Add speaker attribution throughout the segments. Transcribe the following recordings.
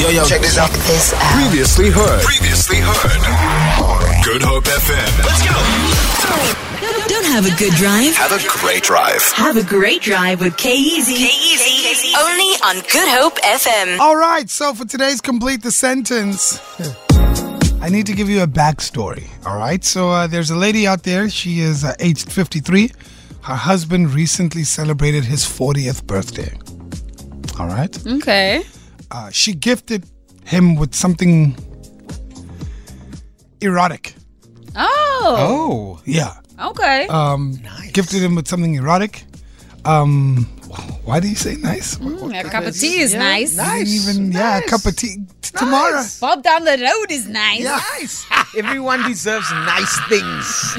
Speaker 1: Yo, yo, check this out.
Speaker 2: This out.
Speaker 3: Previously heard.
Speaker 1: Previously heard. Good Hope FM. Let's go.
Speaker 4: Don't have a good drive.
Speaker 1: Have a great drive.
Speaker 4: Have a great drive with K-Easy. K-Easy. Only on Good Hope FM.
Speaker 5: All right, so for today's complete the sentence, I need to give you a backstory. All right, so uh, there's a lady out there. She is uh, aged 53. Her husband recently celebrated his 40th birthday. All right,
Speaker 3: Hmm?
Speaker 6: Okay.
Speaker 5: uh, she gifted him with something erotic.
Speaker 6: Oh.
Speaker 3: Oh,
Speaker 5: Yeah,
Speaker 6: Okay.
Speaker 5: um, gifted him with something erotic. Um, why do you say nice? What- what
Speaker 6: Mm, a
Speaker 5: kind
Speaker 6: cup
Speaker 5: of-
Speaker 6: of tea is nice.
Speaker 5: Didn't even yeah, a cup of tea t- tomorrow.
Speaker 6: Bob down the road is nice.
Speaker 3: nice. Everyone deserves nice things.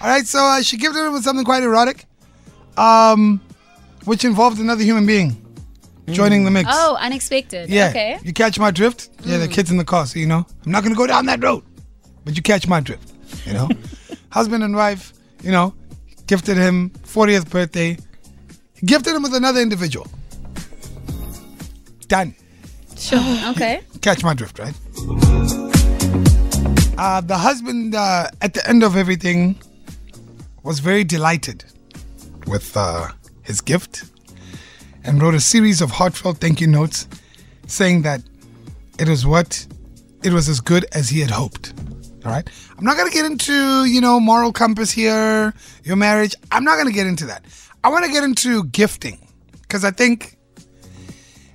Speaker 5: All right, so uh, she gifted him with something quite erotic, um, which involved another human being joining the mix.
Speaker 6: Oh, unexpected.
Speaker 5: yeah.
Speaker 6: Okay. Hmm.
Speaker 5: You catch my drift? Yeah, the kid's in the car, so you know. I'm not going to go down that road, but you catch my drift, you know? Husband and wife, you know, gifted him 40th birthday, gifted him with another individual. Done.
Speaker 6: Sure. Mm, Okay.
Speaker 5: Catch my drift, right? Uh, the husband, uh, at the end of everything, was very delighted with uh, his gift and wrote a series of heartfelt thank you notes saying that it was what it was as good as he had hoped. All right. I'm not going to get into, you know, moral compass here, your marriage. I'm not going to get into that. I want to get into gifting because I think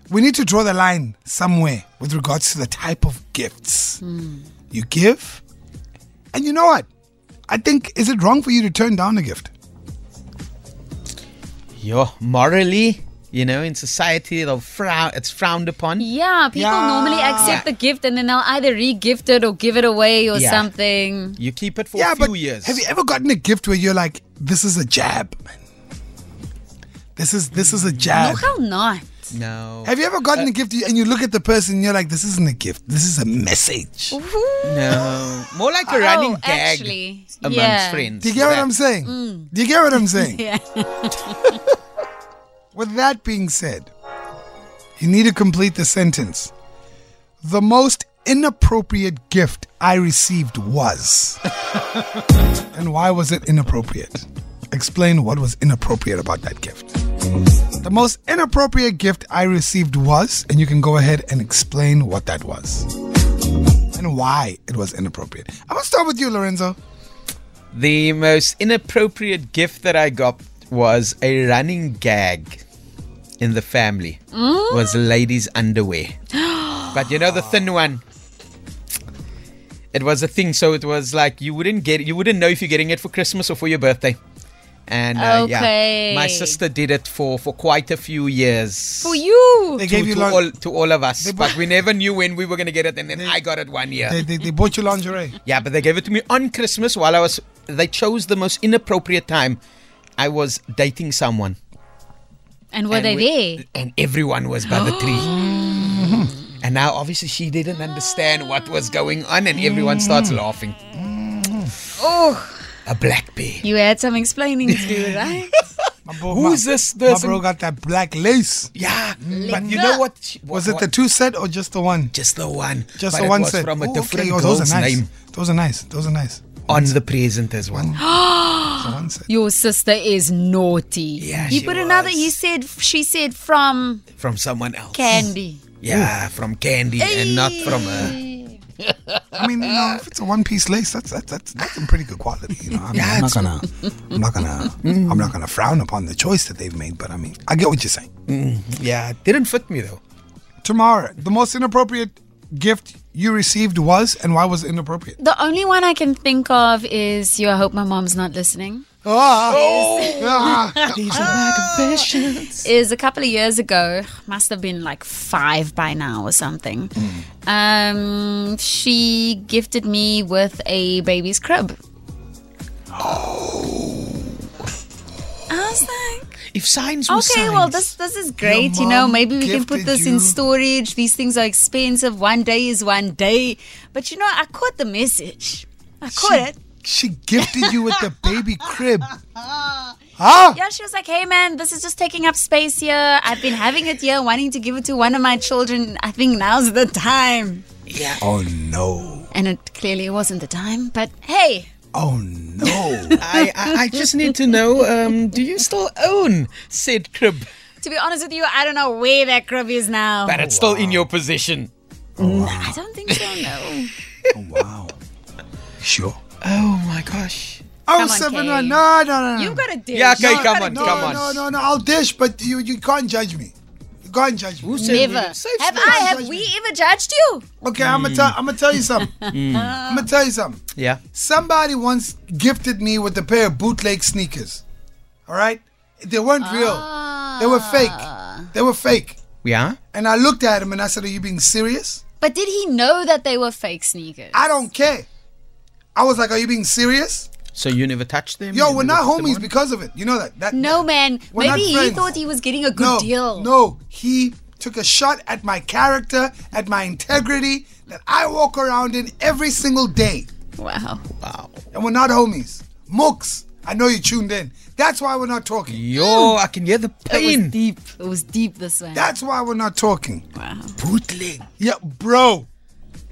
Speaker 5: we need to draw the line somewhere with regards to the type of gifts you give. And you know what? I think, is it wrong for you to turn down a gift?
Speaker 3: Yo, morally, you know, in society, it'll frown. It's frowned upon.
Speaker 6: Yeah, people
Speaker 5: Yeah.
Speaker 6: normally accept the gift and then they'll either re-gift it or give it away or
Speaker 3: Yeah.
Speaker 6: something.
Speaker 3: You keep it for
Speaker 5: yeah,
Speaker 3: a few
Speaker 5: but
Speaker 3: years.
Speaker 5: have you ever gotten a gift where you're like, this is a jab, man? This is this is a
Speaker 6: No,
Speaker 5: jab.
Speaker 6: how not?
Speaker 3: no.
Speaker 5: Have you ever
Speaker 3: Uh,
Speaker 5: gotten a gift and you look at the person and you're like, this isn't a gift, this is a message. Do
Speaker 3: no. More like a running
Speaker 6: oh,
Speaker 3: gag
Speaker 6: actually.
Speaker 3: amongst
Speaker 6: yeah.
Speaker 3: friends.
Speaker 5: you get what
Speaker 3: That-
Speaker 5: I'm saying? Do you get what I'm saying?
Speaker 6: Yeah.
Speaker 5: With that being said, you need to complete the sentence. The most inappropriate gift I received was. and why was it inappropriate? Explain what was inappropriate about that gift. The most inappropriate gift I received was, and you can go ahead and explain what that was and why it was inappropriate. I'm gonna start with you, Lorenzo.
Speaker 3: The most inappropriate gift that I got was a running gag in the family.
Speaker 6: Mm.
Speaker 3: Was ladies' underwear. but you know the thin one. It was a thing, so it was like you wouldn't get you wouldn't know if you're getting it for Christmas or for your birthday. And uh, yeah, my
Speaker 6: Okay.
Speaker 3: sister did it for for quite a few years.
Speaker 6: For you.
Speaker 5: They
Speaker 3: To,
Speaker 5: gave you
Speaker 3: to
Speaker 5: lon-
Speaker 3: all, to all of us,
Speaker 5: They
Speaker 3: but
Speaker 5: bu-
Speaker 3: we never knew when we were gonna get it, and then I got it one year.
Speaker 5: they, they, they bought you lingerie.
Speaker 3: Yeah, but they gave it to me on Christmas while I was. They chose the most inappropriate time. I was dating someone.
Speaker 6: And were
Speaker 3: and
Speaker 6: they
Speaker 3: we-
Speaker 6: there?
Speaker 3: And everyone was by the tree. and now, obviously, she didn't understand what was going on, and everyone starts laughing.
Speaker 6: Mm. Oh,
Speaker 3: A black bear.
Speaker 6: you had some explaining to do, right?
Speaker 5: My bro-
Speaker 3: Who's
Speaker 5: my-
Speaker 3: this?
Speaker 5: My
Speaker 3: This
Speaker 5: bro got that black lace.
Speaker 3: yeah, but you know what? She-
Speaker 5: Was
Speaker 3: what-
Speaker 5: it the two set or just the one?
Speaker 3: Just the one.
Speaker 5: Just
Speaker 3: But
Speaker 5: the
Speaker 3: it
Speaker 5: one
Speaker 3: was
Speaker 5: set.
Speaker 3: from a
Speaker 5: Ooh,
Speaker 3: different
Speaker 5: okay. Oh,
Speaker 3: girl's
Speaker 5: those are nice.
Speaker 3: name
Speaker 5: Those are nice. Those are nice.
Speaker 3: on the present as well.
Speaker 5: The one set.
Speaker 6: Your sister is naughty.
Speaker 3: Yeah,
Speaker 6: He
Speaker 3: she
Speaker 6: put another.
Speaker 3: was.
Speaker 6: He said. She said from
Speaker 3: From someone else.
Speaker 6: candy.
Speaker 3: Yeah, from Candy and not from her.
Speaker 5: I mean, you know, if it's a one-piece lace, that's that's that's that's some pretty good quality. You know, I mean,
Speaker 3: Yeah,
Speaker 5: I'm not
Speaker 3: it's-
Speaker 5: gonna, I'm not gonna, I'm not gonna frown upon the choice that they've made. But I mean, I get what you're saying.
Speaker 3: Yeah, it didn't fit me though.
Speaker 5: Tomorrow, the most inappropriate gift you received was, and why was it inappropriate?
Speaker 6: The only one I can think of is you. I hope my mom's not listening.
Speaker 5: Ah,
Speaker 6: Is a couple of years ago. Must have been like five by now or something. Um, she gifted me with a baby's crib. I was like,
Speaker 3: If signs were
Speaker 6: Okay,
Speaker 3: signs.
Speaker 6: well this this is great. You know,
Speaker 5: mom
Speaker 6: maybe we can put
Speaker 5: gifted
Speaker 6: this in
Speaker 5: you-
Speaker 6: storage. These things are expensive. One day is one day. But you know, I caught the message. I caught it.
Speaker 5: she gifted you with the baby crib. Huh?
Speaker 6: Yeah, she was like, "Hey, man, this is just taking up space here. I've been having it here, wanting to give it to one of my children. I think now's the time."
Speaker 5: Oh no.
Speaker 6: And it clearly wasn't the time, but hey,
Speaker 5: Oh no.
Speaker 3: I, I, I just need to know um, do you still own said crib?
Speaker 6: to be honest with you, I don't know where that crib is now.
Speaker 3: But it's still in your possession.
Speaker 6: I don't think so. No.
Speaker 5: oh wow. Sure.
Speaker 3: Oh my gosh.
Speaker 5: Oh
Speaker 6: on,
Speaker 5: seven
Speaker 6: Kay.
Speaker 5: one. No, no, no.
Speaker 6: You gotta dish.
Speaker 3: Yeah, okay,
Speaker 6: You
Speaker 3: come
Speaker 6: gotta
Speaker 3: on,
Speaker 5: no,
Speaker 6: dish.
Speaker 3: come
Speaker 5: no,
Speaker 3: on.
Speaker 5: no, no, no. I'll dish, but you you can't judge me. You can't judge me.
Speaker 6: Never.
Speaker 3: Safe
Speaker 6: Have
Speaker 3: space.
Speaker 6: I? Have we ever judged you?
Speaker 5: Okay, I'm gonna tell I'm gonna tell you something. I'm gonna tell you something.
Speaker 3: Yeah.
Speaker 5: Somebody once gifted me with a pair of bootleg sneakers. All right? They weren't real. They were
Speaker 6: Ah.
Speaker 5: fake. They were fake.
Speaker 3: Yeah?
Speaker 5: And I looked at him and I said, Are you being serious?
Speaker 6: But did he know that they were fake sneakers?
Speaker 5: I don't care. I was like, Are you being serious?
Speaker 3: So you never touched them?
Speaker 5: Yo,
Speaker 3: You
Speaker 5: we're
Speaker 3: never
Speaker 5: not
Speaker 3: put them
Speaker 5: homies
Speaker 3: on?
Speaker 5: because of it. You know that. that
Speaker 6: No, man.
Speaker 5: We're not
Speaker 6: Maybe he
Speaker 5: friends.
Speaker 6: thought he was getting a good
Speaker 5: no,
Speaker 6: deal.
Speaker 5: No, he took a shot at my character, at my integrity that I walk around in every single day.
Speaker 6: Wow.
Speaker 3: Wow.
Speaker 5: And we're not homies. Mooks, I know you tuned in. That's why we're not talking.
Speaker 3: Yo, I can hear the
Speaker 6: It was
Speaker 3: pain.
Speaker 6: deep. It was deep this way.
Speaker 5: That's why we're not talking.
Speaker 6: wow.
Speaker 3: Bootleg.
Speaker 5: Yeah, bro.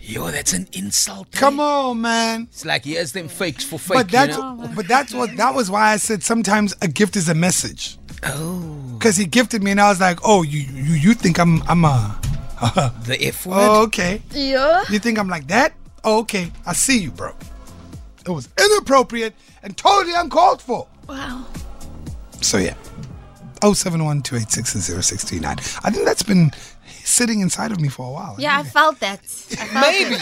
Speaker 3: Yo, that's an insult. eh?
Speaker 5: Come on, man.
Speaker 3: It's like here's them fakes for fake.
Speaker 5: But that's
Speaker 3: you know?
Speaker 5: but that's what that was why I said sometimes a gift is a message.
Speaker 3: oh
Speaker 5: Cause he gifted me and I was like, oh, you you, you think I'm I'm a
Speaker 3: the F word.
Speaker 5: oh, okay.
Speaker 6: Yeah.
Speaker 5: You think I'm like that? Oh, okay. I see you, bro. It was inappropriate and totally uncalled for. Oh,
Speaker 6: Wow.
Speaker 5: So yeah. 071 0639. I think that's been sitting inside of me for a while.
Speaker 6: Yeah, I felt that. I felt Maybe.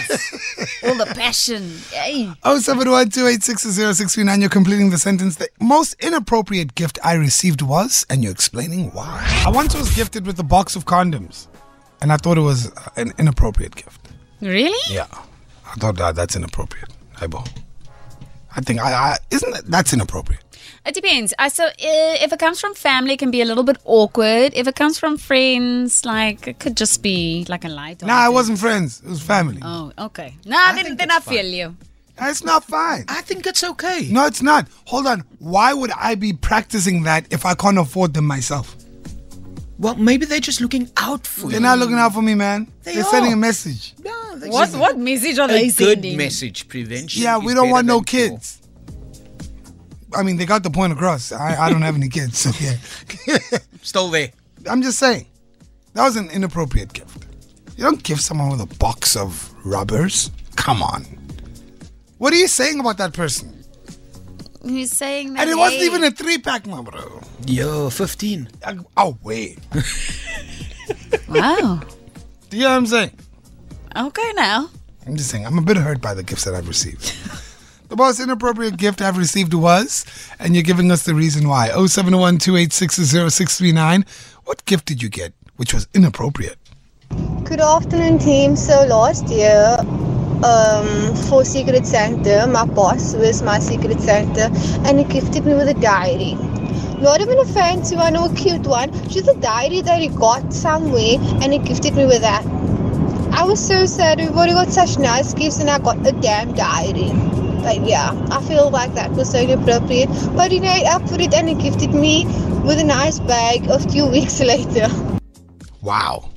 Speaker 6: All the passion. Yay.
Speaker 5: Oh, 071 0639. You're completing the sentence. The most inappropriate gift I received was, and you're explaining why. I once was gifted with a box of condoms, and I thought it was uh, an inappropriate gift.
Speaker 6: Really?
Speaker 5: Yeah. I thought that that's inappropriate. Hey, bo. I think I, I isn't that, that's inappropriate.
Speaker 6: It depends. I so uh, if it comes from family, it can be a little bit awkward. If it comes from friends, like it could just be like a light.
Speaker 5: Nah, it wasn't friends. It was family.
Speaker 6: Oh, okay. Nah, then,
Speaker 5: think
Speaker 6: then I
Speaker 5: that's
Speaker 6: feel you.
Speaker 5: That's not fine.
Speaker 3: I think it's okay.
Speaker 5: No, it's not. Hold on. Why would I be practicing that if I can't afford them myself?
Speaker 3: Well, maybe they're just looking out for
Speaker 5: They're
Speaker 3: you.
Speaker 5: not looking out for me, man.
Speaker 3: They
Speaker 5: They're sending
Speaker 3: are.
Speaker 5: a message.
Speaker 3: No, they're
Speaker 6: What
Speaker 3: just-
Speaker 6: what message are they
Speaker 3: A good
Speaker 6: sending?
Speaker 3: message prevention.
Speaker 5: Yeah,
Speaker 3: is
Speaker 5: we don't
Speaker 3: better
Speaker 5: want no
Speaker 3: than cure.
Speaker 5: kids. I mean, they got the point across. I, I don't have any kids, so yeah.
Speaker 3: Still there.
Speaker 5: I'm just saying, that was an inappropriate gift. You don't give someone with a box of rubbers. Come on. What are you saying about that person?
Speaker 6: Who's saying that?
Speaker 5: And it wasn't
Speaker 6: hey,
Speaker 5: even a three pack, my bro.
Speaker 3: Yo, 15.
Speaker 5: Like, Oh, wait.
Speaker 6: Wow.
Speaker 5: Do you know what I'm saying?
Speaker 6: Okay, now.
Speaker 5: I'm just saying, I'm a bit hurt by the gifts that I've received. the most inappropriate gift I've received was, and you're giving us the reason why 071 What gift did you get which was inappropriate?
Speaker 2: Good afternoon, team. So last year, um, for Secret Santa, my boss was my Secret Santa, and he gifted me with a diary. Not even a fancy one or a cute one, just a diary that he got somewhere, and he gifted me with that. I was so sad. Everybody got such nice gifts, and I got a damn diary. But yeah, I feel like that was so inappropriate. But he made up for it, and he gifted me with a nice bag of two weeks later.
Speaker 5: Wow.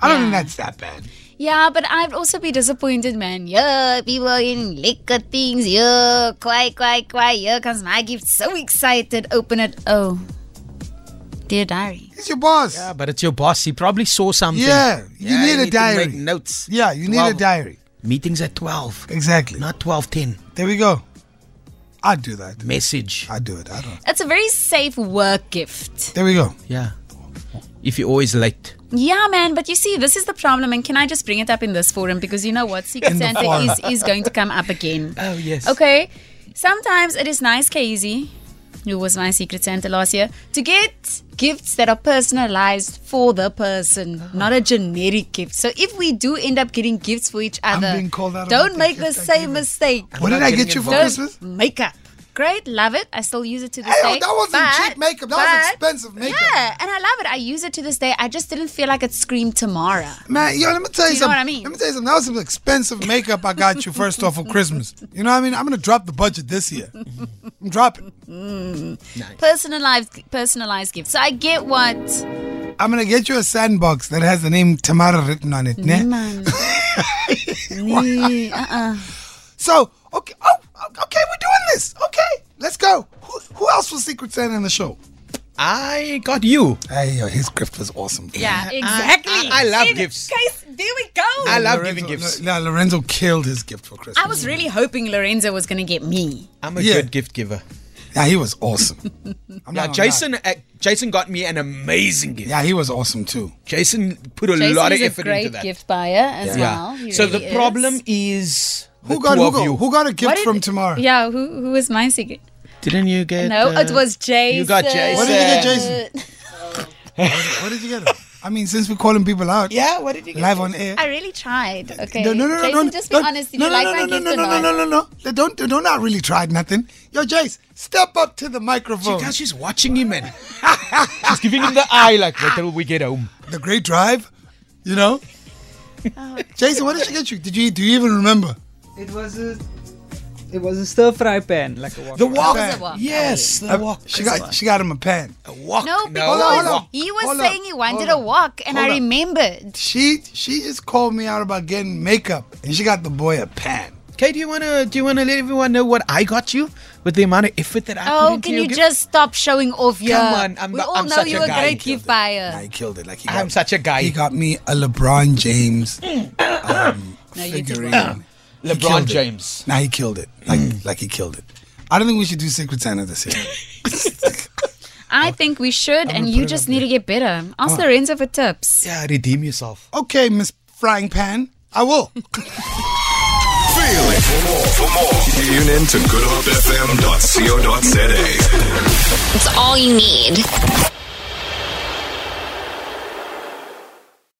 Speaker 5: I don't
Speaker 6: Yeah.
Speaker 5: think that's that bad.
Speaker 6: Yeah, but I'd also be disappointed, man. Yeah, people in liquor things. Yeah, quite, quite, quite. Here comes my gift. So excited. Open it. Oh, dear diary.
Speaker 5: It's your boss.
Speaker 3: Ah,
Speaker 5: Yeah,
Speaker 3: but it's your boss. He probably saw something.
Speaker 5: you
Speaker 3: Yeah,
Speaker 5: need a diary.
Speaker 3: To make notes.
Speaker 5: yeah, you need a
Speaker 3: 12.
Speaker 5: diary.
Speaker 3: Meetings at 12.
Speaker 5: Exactly.
Speaker 3: Not 12.10.
Speaker 5: There we go. I'd do that.
Speaker 3: Message.
Speaker 5: I'd do it. I don't.
Speaker 6: It's a very safe work gift.
Speaker 5: There we go.
Speaker 3: Yeah. If you're always late.
Speaker 6: Yeah, man, but you see, this is the problem. And can I just bring it up in this forum? Because you know what? Secret
Speaker 5: In the
Speaker 6: Santa
Speaker 5: forum.
Speaker 6: is, is going to come up again.
Speaker 3: Oh, yes.
Speaker 6: Okay. Sometimes it is nice, Casey, who was my secret Santa last year, to get gifts that are personalized for the person,
Speaker 5: Uh-huh.
Speaker 6: not a generic gift. So if we do end up getting gifts for each other,
Speaker 5: being called out about
Speaker 6: don't
Speaker 5: the
Speaker 6: make the
Speaker 5: gift I gave
Speaker 6: same
Speaker 5: her.
Speaker 6: mistake.
Speaker 5: What did
Speaker 3: not
Speaker 5: I
Speaker 3: getting
Speaker 5: get you for
Speaker 6: Don't
Speaker 5: Christmas?
Speaker 6: make up. great, love it. I still use it to this
Speaker 5: Hey, oh,
Speaker 6: day.
Speaker 5: that wasn't
Speaker 6: but-
Speaker 5: cheap makeup. That was
Speaker 6: but-
Speaker 5: expensive makeup.
Speaker 6: Yeah, and I love it. I use it to this day. I just didn't feel like it screamed Tamara.
Speaker 5: Man, yo, let me tell
Speaker 6: you
Speaker 5: you,
Speaker 6: know
Speaker 5: something.
Speaker 6: what I mean?
Speaker 5: Let me tell you something. That was some expensive makeup I got you first off for Christmas. You know what I mean? I'm gonna drop the budget this year. I'm dropping.
Speaker 6: Personalized, personalized gift. So I get what.
Speaker 5: I'm gonna get you a sandbox that has the name Tamara written on it.
Speaker 3: Eh?
Speaker 5: ne?
Speaker 6: Man. Nee, uh-uh.
Speaker 5: So, okay, oh, okay, we're doing this. Okay, let's go. Who, who else was Secret Santa in the show?
Speaker 3: I got you.
Speaker 5: Hey, yo, his gift was awesome.
Speaker 6: Yeah, exactly.
Speaker 3: I- I love
Speaker 6: In
Speaker 3: gifts.
Speaker 6: Case, there we go.
Speaker 3: I
Speaker 6: I,
Speaker 3: love
Speaker 5: Lorenzo-
Speaker 3: giving gifts.
Speaker 5: No, Lorenzo killed his gift for Christmas.
Speaker 6: was really hoping Lorenzo was going to get me.
Speaker 3: I'm a
Speaker 5: Yeah.
Speaker 3: good gift giver.
Speaker 5: yeah, he was awesome. I'm
Speaker 3: Now
Speaker 5: not gonna
Speaker 3: Jason,
Speaker 5: lie.
Speaker 3: uh, Jason got me an amazing gift.
Speaker 5: Yeah, he was awesome too.
Speaker 3: Jason put a
Speaker 6: Jason
Speaker 3: lot of
Speaker 6: is
Speaker 3: effort
Speaker 6: a great
Speaker 3: into that.
Speaker 6: gift buyer as well. He
Speaker 3: so
Speaker 6: really
Speaker 3: the
Speaker 6: is.
Speaker 3: problem is the
Speaker 5: Who got
Speaker 3: two
Speaker 5: who
Speaker 3: of
Speaker 5: got,
Speaker 3: you.
Speaker 5: who got a
Speaker 6: What
Speaker 5: gift
Speaker 6: did-
Speaker 5: from Tamara?
Speaker 6: Yeah, who who was my secret?
Speaker 3: Didn't you get?
Speaker 6: No,
Speaker 3: uh,
Speaker 6: it was Jason.
Speaker 3: you got Jason.
Speaker 5: What did you get, Jason?
Speaker 6: Uh,
Speaker 5: What did you get? him? I mean, since we're calling people out
Speaker 3: Yeah, what did you get?
Speaker 5: live on air.
Speaker 6: I really tried. Okay.
Speaker 5: No, no, no, no,
Speaker 6: Jason,
Speaker 5: no,
Speaker 6: just be
Speaker 5: no,
Speaker 6: honest. Did
Speaker 5: no,
Speaker 6: you
Speaker 5: no,
Speaker 6: like
Speaker 5: no,
Speaker 6: my
Speaker 5: no,
Speaker 6: gift
Speaker 5: no,
Speaker 6: or
Speaker 5: no,
Speaker 6: not?
Speaker 5: no, no, no, no, no. Don't, don't, don't. I really tried nothing. Yo, Jace, step up to the microphone.
Speaker 3: Now she's watching him and she's giving him the eye like, wait till we get home.
Speaker 5: the great drive, you know. Jason, what did she get you? Did you do you even remember?
Speaker 7: It was a, it was a stir fry pan, like a wok.
Speaker 3: The walk.
Speaker 5: was a
Speaker 6: walk.
Speaker 3: Yes, the
Speaker 5: Uh,
Speaker 3: walk.
Speaker 5: she got she got him a pen.
Speaker 3: A walk.
Speaker 6: No, because
Speaker 5: Hold on, hold on.
Speaker 6: he was
Speaker 5: Hold on,
Speaker 6: saying he wanted
Speaker 5: hold
Speaker 6: a
Speaker 5: on,
Speaker 6: walk, and
Speaker 5: hold
Speaker 6: I
Speaker 5: on.
Speaker 6: remembered.
Speaker 5: She she just called me out about getting makeup, and she got the boy a pen.
Speaker 3: Okay, do you wanna do you wanna let everyone know what I got you with the amount of effort that I put
Speaker 6: Oh,
Speaker 3: into
Speaker 6: can
Speaker 3: your
Speaker 6: you
Speaker 3: gift?
Speaker 6: just stop showing off your?
Speaker 3: on, I'm
Speaker 6: we
Speaker 3: the-
Speaker 6: all
Speaker 3: I'm
Speaker 6: know
Speaker 3: such a
Speaker 6: you're a
Speaker 3: guy.
Speaker 6: great gift
Speaker 5: Nah,
Speaker 6: buyer.
Speaker 5: he killed it. Like he got,
Speaker 3: I'm such a guy. Mm.
Speaker 5: He got me a LeBron James um,
Speaker 6: you did
Speaker 5: figurine. He
Speaker 3: LeBron
Speaker 5: killed it.
Speaker 3: James.
Speaker 5: Nah, he killed it. Like
Speaker 3: Mm.
Speaker 5: like he killed it. I don't think we should do Secret Santa this year.
Speaker 6: I think we should, and you just need to get better. Ask Lorenzo for tips.
Speaker 3: Yeah, redeem yourself.
Speaker 5: okay, Miss Frying Pan, I will.
Speaker 1: Feel it for more. For more, tune in to goodhopefm.co.za.
Speaker 8: It's all you need.